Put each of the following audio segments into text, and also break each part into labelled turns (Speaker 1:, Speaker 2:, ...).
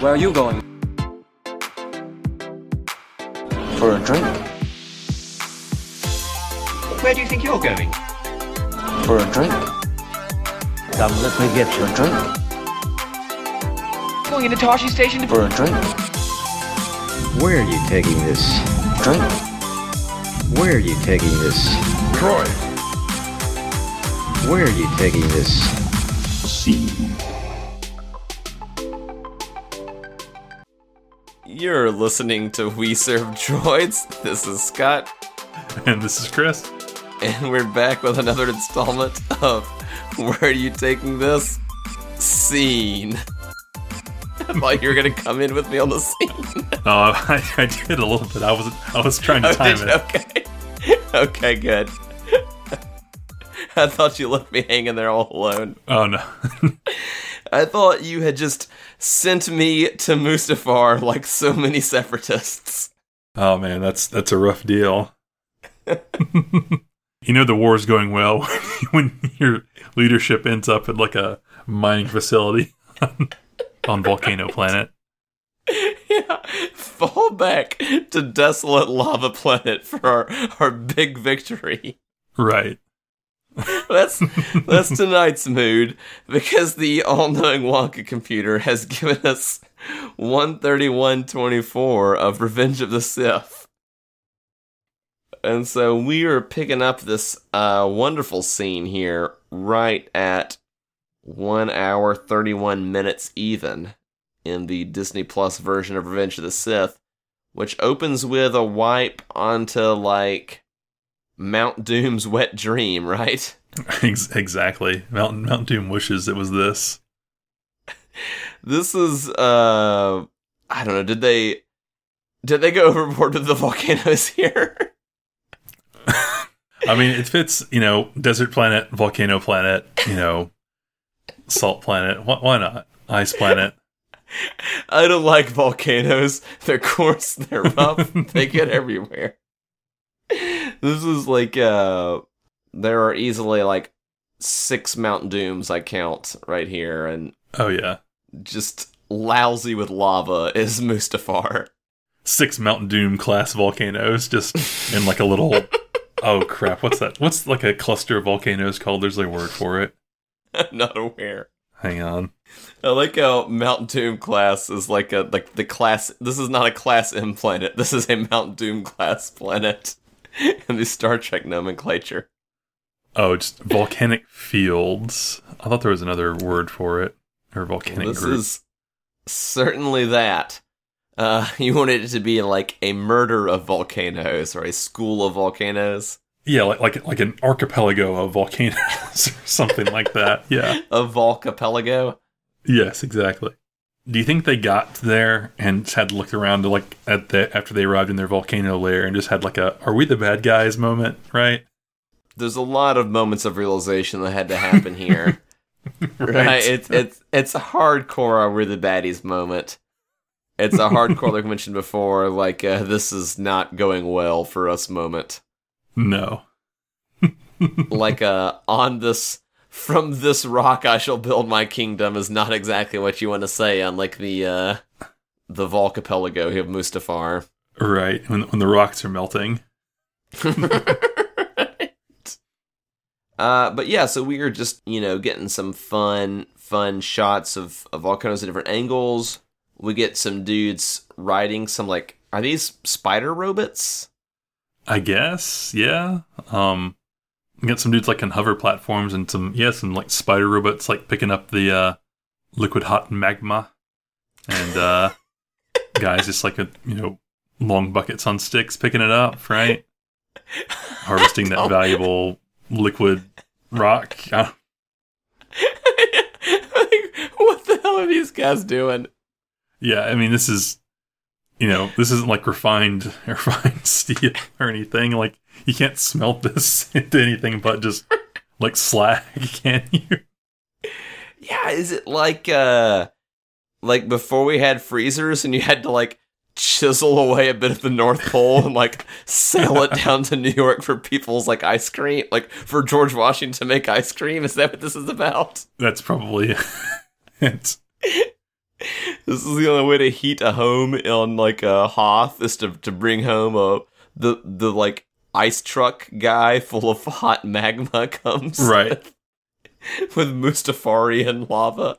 Speaker 1: Where are you going?
Speaker 2: For a drink.
Speaker 3: Where do you think you're going?
Speaker 2: For a drink. Come, let me get you a drink.
Speaker 3: Going into Toshi Station to
Speaker 2: For a drink.
Speaker 4: Where are you taking this?
Speaker 2: Drink.
Speaker 4: Where are you taking this?
Speaker 5: Troy,
Speaker 4: Where are you taking this?
Speaker 6: You're listening to We Serve Droids. This is Scott,
Speaker 7: And this is Chris.
Speaker 6: and we're back with another installment of Where Are You Taking This? Scene. I thought you were gonna come in with me on the scene.
Speaker 7: No, Uh, I, I did a little bit. I was I was trying to
Speaker 6: Oh,
Speaker 7: time
Speaker 6: did
Speaker 7: it.
Speaker 6: you? Okay. Okay, good. I thought you left me hanging there all alone.
Speaker 7: Oh no.
Speaker 6: I thought you had just sent me to Mustafar like so many separatists.
Speaker 7: Oh man, that's that's a rough deal. you know the war's going well when your leadership ends up at like a mining facility on Volcano Planet.
Speaker 6: Yeah, fall back to desolate lava planet for our, our big victory.
Speaker 7: Right.
Speaker 6: That's that's tonight's mood because the all-knowing Wonka computer has given us 13124 of Revenge of the Sith. And so we are picking up this uh, wonderful scene here right at 1 hour 31 minutes even in the Disney Plus version of Revenge of the Sith, which opens with a wipe onto like Mount Doom's wet dream, right?
Speaker 7: Ex- exactly. Mountain Mountain Doom wishes it was this.
Speaker 6: This is uh I don't know, did they did they go overboard with the volcanoes here?
Speaker 7: I mean, it fits. You know, desert planet, volcano planet. You know, salt planet. Why, why not? Ice planet.
Speaker 6: I don't like volcanoes. They're coarse, they're rough, they get everywhere. This is like uh there are easily like six Mount Dooms I count right here and
Speaker 7: Oh yeah.
Speaker 6: just lousy with lava is Mustafar.
Speaker 7: six Mountain Doom class volcanoes just in like a little oh crap, what's that? What's like a cluster of volcanoes called? There's a word for it.
Speaker 6: I'm not aware.
Speaker 7: Hang on.
Speaker 6: I like how Mount Doom class is like a like the class. This is not a class M planet. This is a Mount Doom class planet in the Star Trek nomenclature.
Speaker 7: Oh, just volcanic fields. I thought there was another word for it. Or volcanic
Speaker 6: this
Speaker 7: group.
Speaker 6: is certainly that. Uh, you wanted it to be like a murder of volcanoes or a school of volcanoes,
Speaker 7: Yeah, like like like an archipelago of volcanoes or something like that. Yeah.
Speaker 6: a volcapelago.
Speaker 7: Yes, exactly. Do you think they got there and just had to look around to like at the after they arrived in their volcano lair and just had like a "Are we the bad guys?" moment, right?
Speaker 6: There's a lot of moments of realization that had to happen here. Right. It's it's it's a hardcore we're the baddies moment. It's a hardcore like I mentioned before, like uh, this is not going well for us moment.
Speaker 7: no.
Speaker 6: Like uh on this from this rock I shall build my kingdom is not exactly what you want to say on like the uh the Volcapelago of Mustafar.
Speaker 7: Right, when when the rocks are melting.
Speaker 6: Uh, but yeah, so we are just you know getting some fun, fun shots of of all kinds of different angles. We get some dudes riding some like are these spider robots?
Speaker 7: I guess, yeah. Um we got some dudes like on hover platforms and some yeah, some like spider robots like picking up the uh liquid hot magma and uh guys just like a you know long buckets on sticks picking it up, right? Harvesting that valuable liquid rock. I-
Speaker 6: Like, what the hell are these guys doing?
Speaker 7: yeah, I mean this is you know, this isn't like refined refined steel or anything. Like you can't smelt this into anything but just like slag, can you?
Speaker 6: Yeah, is it like uh like before we had freezers and you had to like chisel away a bit of the North Pole and like sail it down to New York for people's like ice cream, like for George Washington to make ice cream? Is that what this is about?
Speaker 7: That's probably it.
Speaker 6: This is the only way to heat a home on like a hoth is to to bring home a the the like ice truck guy full of hot magma comes
Speaker 7: Right.
Speaker 6: with Mustafarian lava.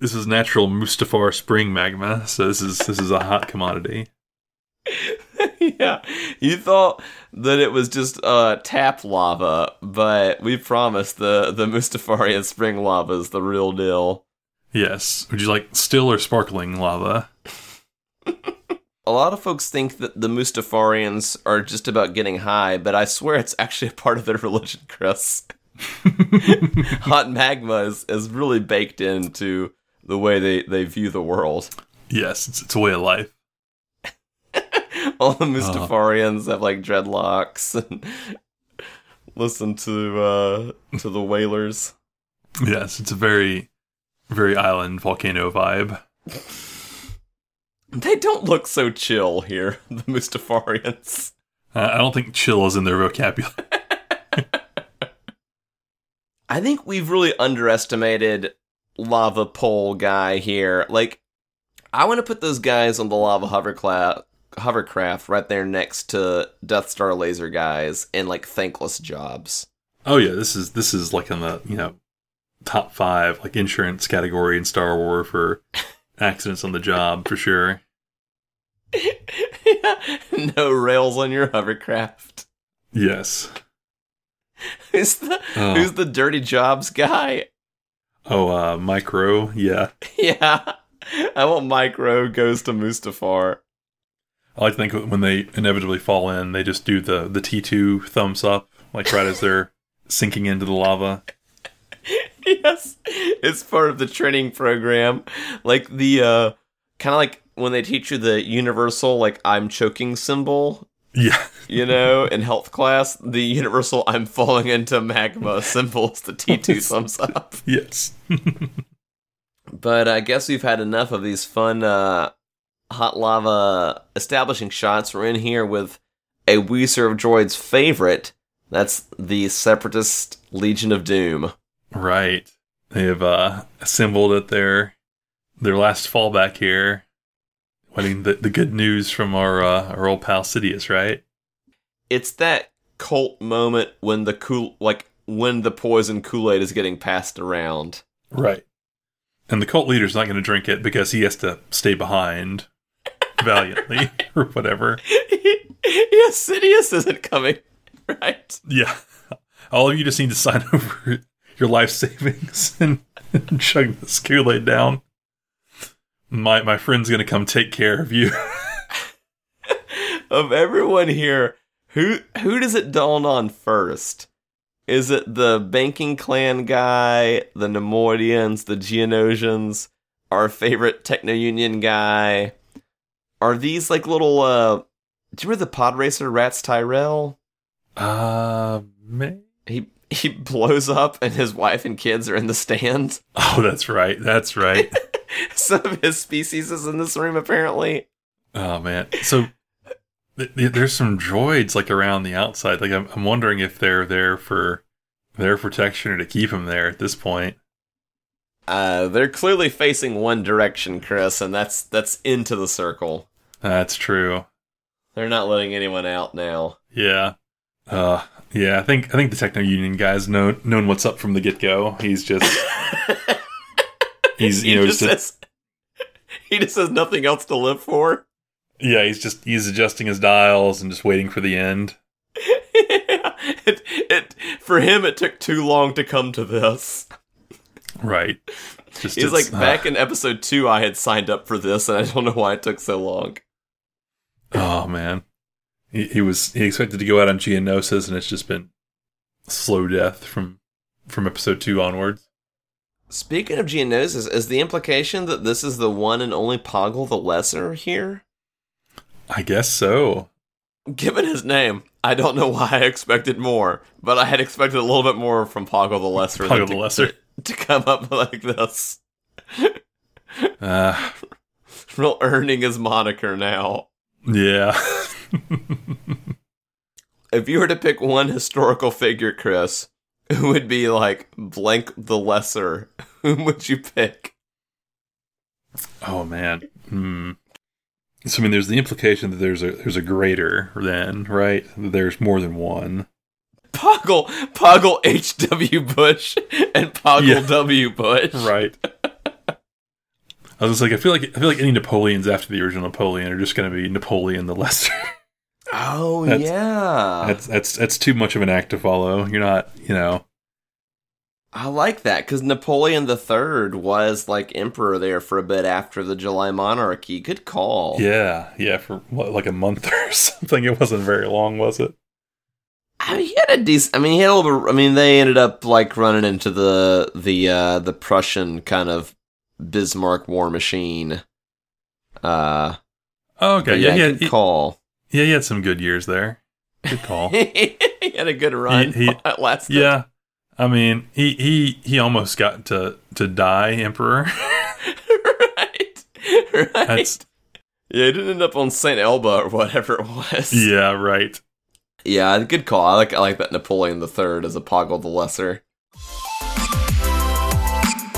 Speaker 7: This is natural Mustafar spring magma, so this is this is a hot commodity.
Speaker 6: yeah, you thought that it was just uh, tap lava, but we promise the the Mustafarian spring lava is the real deal.
Speaker 7: Yes. Would you like still or sparkling lava?
Speaker 6: A lot of folks think that the Mustafarians are just about getting high, but I swear it's actually a part of their religion, Chris. Hot magma is, is really baked into the way they, they view the world.
Speaker 7: Yes, it's, it's a way of life.
Speaker 6: All the Mustafarians have like dreadlocks and listen to uh, to the whalers.
Speaker 7: Yes, it's a very very island volcano vibe.
Speaker 6: They don't look so chill here, the Mustafarians.
Speaker 7: I I don't think chill is in their vocabulary.
Speaker 6: I think we've really underestimated lava pole guy here. Like, I want to put those guys on the lava hovercla- hovercraft right there next to Death Star laser guys in like thankless jobs.
Speaker 7: Oh yeah, this is this is like in the you know top five like insurance category in Star Wars for accidents on the job for sure.
Speaker 6: no rails on your hovercraft.
Speaker 7: Yes.
Speaker 6: Who's the
Speaker 7: Oh.
Speaker 6: who's the dirty jobs guy?
Speaker 7: Oh, uh, micro. Yeah,
Speaker 6: yeah, I want micro goes to Mustafar.
Speaker 7: I like to think when they inevitably fall in, they just do the the T two thumbs up like right as they're sinking into the lava.
Speaker 6: yes it's part of the training program like the uh kind of like when they teach you the universal like i'm choking symbol
Speaker 7: Yeah.
Speaker 6: you know in health class the universal i'm falling into magma symbol is the t2 thumbs up
Speaker 7: Yes.
Speaker 6: but i guess we've had enough of these fun uh hot lava establishing shots we're in here with a we serve droid's favorite that's the separatist legion of doom
Speaker 7: Right. They have uh, assembled at their their last fallback here, waiting the, the good news from our uh, our old pal Sidious. Right.
Speaker 6: it's that cult moment when the cool like when the poison kool-aid is getting passed around
Speaker 7: Right. And the cult leader's not going to drink it because he has to stay behind valiantly or whatever.
Speaker 6: yes sidious isn't coming right
Speaker 7: Yeah. All of you just need to sign over your life savings and, chug this Kool-Aid down. My my friend's gonna come take care of you.
Speaker 6: of everyone here who who does it dawn on first is it the banking clan guy the nemoidians the geonosians our favorite techno union guy are these like little uh do you remember the pod racer rats tyrell
Speaker 7: Uh, man.
Speaker 6: he he blows up and his wife and kids are in the stand.
Speaker 7: Oh, that's right. That's right.
Speaker 6: Some of his species is in this room apparently.
Speaker 7: Oh man. So th- th- there's some droids like around the outside. Like I'm, I'm wondering if they're there for their protection or to keep him there at this point.
Speaker 6: Uh, they're clearly facing one direction, Chris, and that's that's into the circle.
Speaker 7: That's true.
Speaker 6: They're not letting anyone out now.
Speaker 7: Yeah. Uh yeah, I think I think the Techno Union guy's known known what's up from the get go. He's just he's you
Speaker 6: he
Speaker 7: know
Speaker 6: just
Speaker 7: just
Speaker 6: says he just has nothing else to live for.
Speaker 7: yeah he's just he's adjusting his dials and just waiting for the end.
Speaker 6: it, it for him it took too long to come to this.
Speaker 7: Right. Just uh,
Speaker 6: He's like
Speaker 7: it's-
Speaker 6: back in episode two. I had signed up for this, and I don't know why it took so long.
Speaker 7: Oh man, he, he was he expected to go out on Geonosis, and it's just been slow death from from episode two onwards.
Speaker 6: Speaking of Geonosis, is the implication that this is the one and only Poggle the Lesser here?
Speaker 7: I guess so.
Speaker 6: Given his name, I don't know why I expected more, but I had expected a little bit more from Poggle the Lesser than
Speaker 7: Poggle the
Speaker 6: to-
Speaker 7: Lesser.
Speaker 6: to come up like this.
Speaker 7: Uh,
Speaker 6: Real earning his moniker now.
Speaker 7: yeah.
Speaker 6: If you were to pick one historical figure, Chris, who would be like blank the Lesser? Whom would you pick?
Speaker 7: Oh man. Hmm. So I mean, there's the implication that there's a there's a greater than right. That There's more than one.
Speaker 6: Poggle, Poggle H. W. Bush and Poggle
Speaker 7: Yeah.
Speaker 6: W. Bush.
Speaker 7: Right. I was just like, I feel like I feel like any Napoleons after the original Napoleon are just going to be Napoleon the Lesser.
Speaker 6: Oh
Speaker 7: That's-
Speaker 6: yeah.
Speaker 7: that's that's that's too much of an act to follow. You're not, you know,
Speaker 6: I like that because Napoleon the Third was like emperor there for a bit after the July Monarchy. Good
Speaker 7: Oh.
Speaker 6: call.
Speaker 7: yeah, yeah, for what, like a month or something. It wasn't very long, was it?
Speaker 6: I mean, he had a decent. I mean, he had a little. bit- I mean, they ended up like running into the the uh, the Prussian kind of Bismarck war machine. Uh,
Speaker 7: Oh,
Speaker 6: but
Speaker 7: okay, yeah, yeah,
Speaker 6: good
Speaker 7: he-
Speaker 6: call.
Speaker 7: yeah. He had some good years there. Good call.
Speaker 6: he had a good run.
Speaker 7: He- he-
Speaker 6: It lasted-
Speaker 7: yeah, I mean, he he he almost got to to die emperor.
Speaker 6: right, right.
Speaker 7: That's-
Speaker 6: yeah, he didn't end up on Saint Elba or whatever it was.
Speaker 7: yeah, right.
Speaker 6: Yeah, good call. I like I like that Napoleon the Third as a Poggle the Lesser.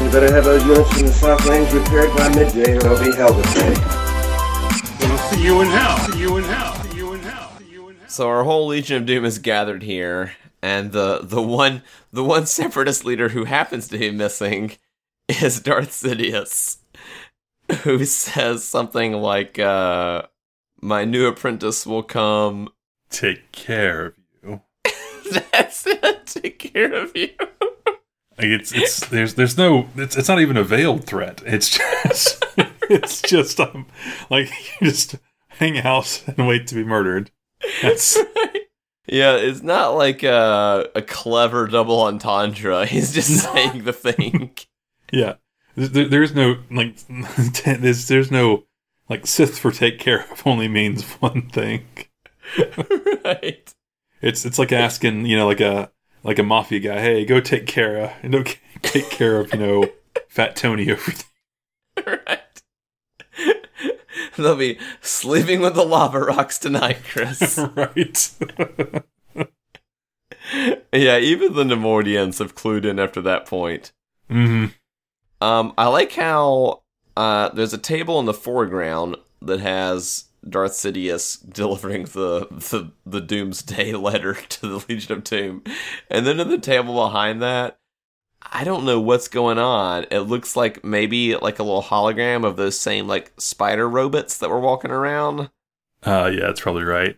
Speaker 1: You better have those units in the soft lanes repaired by midday, or I'll be held with it.
Speaker 6: So our whole Legion of Doom is gathered here, and the the one the one separatist leader who happens to be missing is Darth Sidious, who says something like, uh, "My new apprentice will come."
Speaker 7: Take care of you.
Speaker 6: That's it. Take care of you.
Speaker 7: Like it's it's there's there's no it's it's not even a veiled threat. It's just it's just um like you just hang out and wait to be murdered. That's
Speaker 6: Yeah, it's not like a, a clever double entendre. He's just saying the thing.
Speaker 7: yeah. There, there's no like there's there's no like Sith for take care of only means one thing.
Speaker 6: right.
Speaker 7: It's it's like asking you know like a like a mafia guy, hey, go take care of you know, take care of you know Fat Tony over there.
Speaker 6: Right. They'll be sleeping with the lava rocks tonight, Chris.
Speaker 7: right.
Speaker 6: yeah, even the Nemordians have clued in after that point.
Speaker 7: hmm
Speaker 6: Um, I like how uh, there's a table in the foreground that has Darth Sidious delivering the, the the Doomsday letter to the Legion of Doom, and then in the table behind that, I don't know what's going on. It looks like maybe like a little hologram of those same like spider robots that were walking around.
Speaker 7: Uh yeah, that's probably right.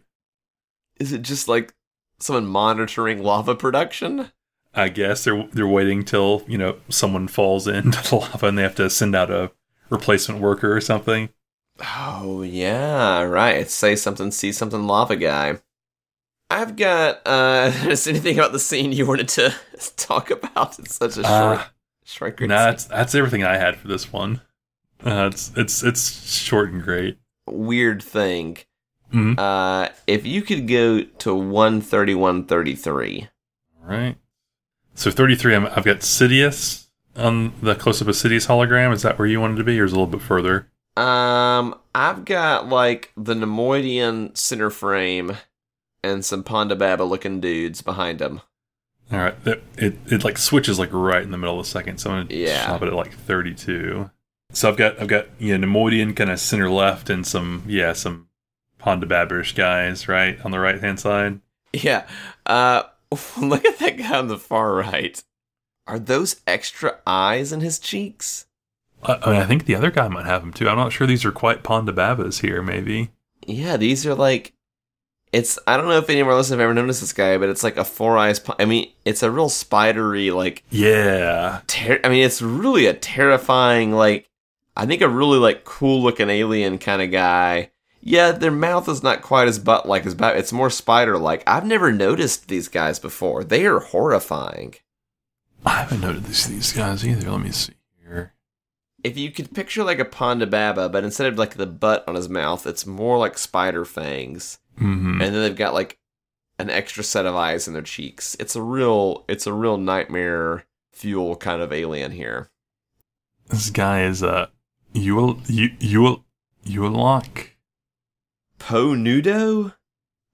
Speaker 6: Is it just like someone monitoring lava production?
Speaker 7: I guess they're they're waiting till you know someone falls into the lava and they have to send out a replacement worker or something.
Speaker 6: Oh yeah, right. Say something, see something, lava guy. I've got. uh Is anything about the scene you wanted to talk about? It's such a short,
Speaker 7: Uh,
Speaker 6: short.
Speaker 7: No,
Speaker 6: great scene.
Speaker 7: that's that's everything I had for this one. Uh, it's it's it's short and great.
Speaker 6: weird thing.
Speaker 7: Mhm.
Speaker 6: Uh If you could go to one thirty one thirty three.
Speaker 7: All right. So thirty three. I've got Sidious on the close up of Sidious hologram. Is that where you wanted to be, or is it a little bit further?
Speaker 6: Um, I've got like the Nemoidian center frame and some Pondababa looking dudes behind him.
Speaker 7: All right. That, it it like switches like right in the middle of the second. So I'm gonna
Speaker 6: Yeah.
Speaker 7: stop it at like thirty two. So I've got I've got yeah Nemoidian kind of center left and some yeah some Pondababerish guys right on the right hand side.
Speaker 6: Yeah. Uh look at that guy on the far right. Are those extra eyes in his cheeks?
Speaker 7: I, I mean, I think the other guy might have them too. I'm not sure these are quite Pondababas here. Maybe
Speaker 6: Yeah, these are like it's I don't know if any of our listeners have ever noticed this guy, but it's like a four eyes po- I mean, it's a real spidery like
Speaker 7: yeah
Speaker 6: ter- I mean, it's really a terrifying like I think a really like cool looking alien kind of guy. Yeah, their mouth is not quite as butt like as bat. It's more spider like. I've never noticed these guys before. They are horrifying.
Speaker 7: I haven't noted these these guys either. Let me see here.
Speaker 6: if you could picture like a pondababa, but instead of like the butt on his mouth, it's more like spider fangs,
Speaker 7: hmm
Speaker 6: and then they've got like an extra set of eyes in their cheeks. It's a real, it's a real nightmare fuel kind of alien here.
Speaker 7: This guy is uh you will you you will you will lock.
Speaker 6: Po Nudo,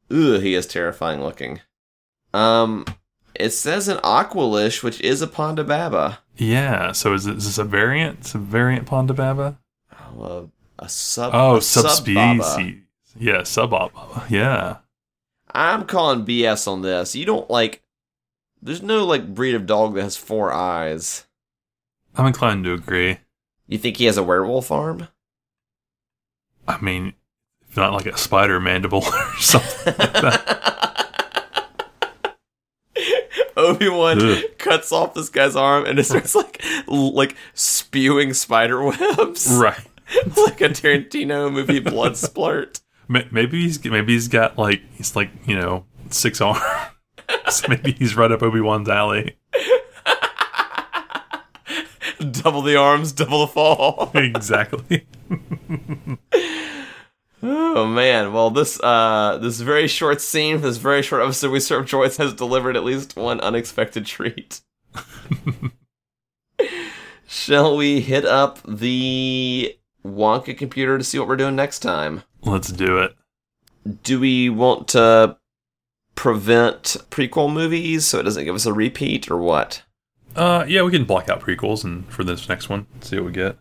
Speaker 6: ugh, he is terrifying looking. Um, it says an Aqualish, which is a pondababa.
Speaker 7: Yeah. So is, it, is this a variant? It's a variant Pondababa.
Speaker 6: know, a, a sub.
Speaker 7: Oh,
Speaker 6: a sub baba.
Speaker 7: subspecies. Yeah, sub baba. Yeah.
Speaker 6: I'm calling BS on this. You don't like. There's no like breed of dog that has four eyes.
Speaker 7: I'm inclined to agree.
Speaker 6: You think he has a werewolf arm?
Speaker 7: I mean, if not like a spider mandible or something like that.
Speaker 6: Obi Wan
Speaker 7: Ugh.
Speaker 6: cuts off this guy's arm and it starts like l- like spewing spider webs,
Speaker 7: right.
Speaker 6: like a Tarantino movie blood splurt.
Speaker 7: Ma- Maybe he's maybe he's got like he's like you know six arms. So maybe he's right up Obi Wan's alley.
Speaker 6: Double the arms, double the fall.
Speaker 7: Exactly.
Speaker 6: Oh man! Well, this uh this very short scene, this very short episode, we serve Joyce has delivered at least one unexpected treat. Shall we hit up the Wonka computer to see what we're doing next time?
Speaker 7: Let's do it.
Speaker 6: Do we want to prevent prequel movies so it doesn't give us a repeat, or what?
Speaker 7: Uh, yeah, we can block out prequels and for this next one, see what we get.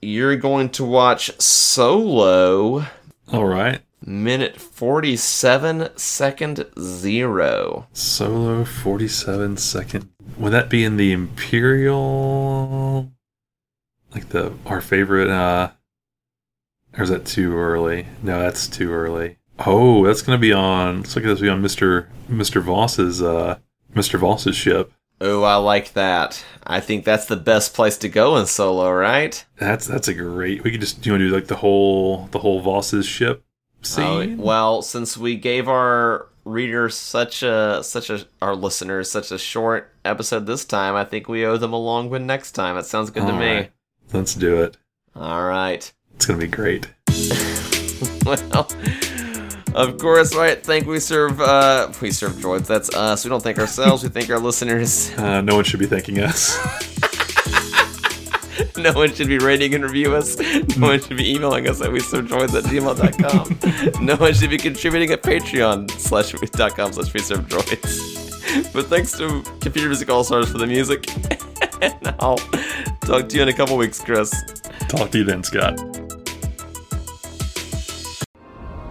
Speaker 6: You're going to watch Solo
Speaker 7: All right.
Speaker 6: minute forty-seven, second zero.
Speaker 7: Solo 47 second. Would that be in the Imperial? Like the our favorite uh or is that too early? No, that's too early. Oh, that's gonna be on looks like that's gonna be on Mr. Mr. Voss's uh Mr. Voss's ship.
Speaker 6: Oh, I like that. I think that's the best place to go in solo, right?
Speaker 7: That's that's a great we could just do you wanna do like the whole the whole Voss's ship
Speaker 6: Oh,
Speaker 7: scene?
Speaker 6: well, since we gave our readers such a such a our listeners such a short episode this time, I think we owe them a long one next time. It sounds good to
Speaker 7: All
Speaker 6: me.
Speaker 7: right. Let's do it.
Speaker 6: All right.
Speaker 7: It's gonna be great.
Speaker 6: well, of course, right? Thank we serve uh we serve droids. That's us. We don't thank ourselves. we thank our listeners.
Speaker 7: Uh, no one should be thanking us.
Speaker 6: No one should be rating and review us. No one should be emailing us at we serve droids at gmail.com. no one should be contributing at patreon slash dot com slash we serve droids. But thanks to Computer Music All Stars for the music. and I'll talk to you in a couple weeks, Chris.
Speaker 7: Talk to you then, Scott.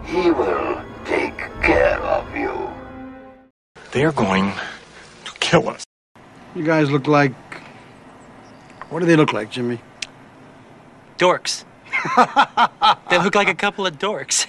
Speaker 5: He will take care of you.
Speaker 8: They're going to kill us.
Speaker 9: You guys look like. What do they look like, Jimmy?
Speaker 10: Dorks. they look like a couple of dorks.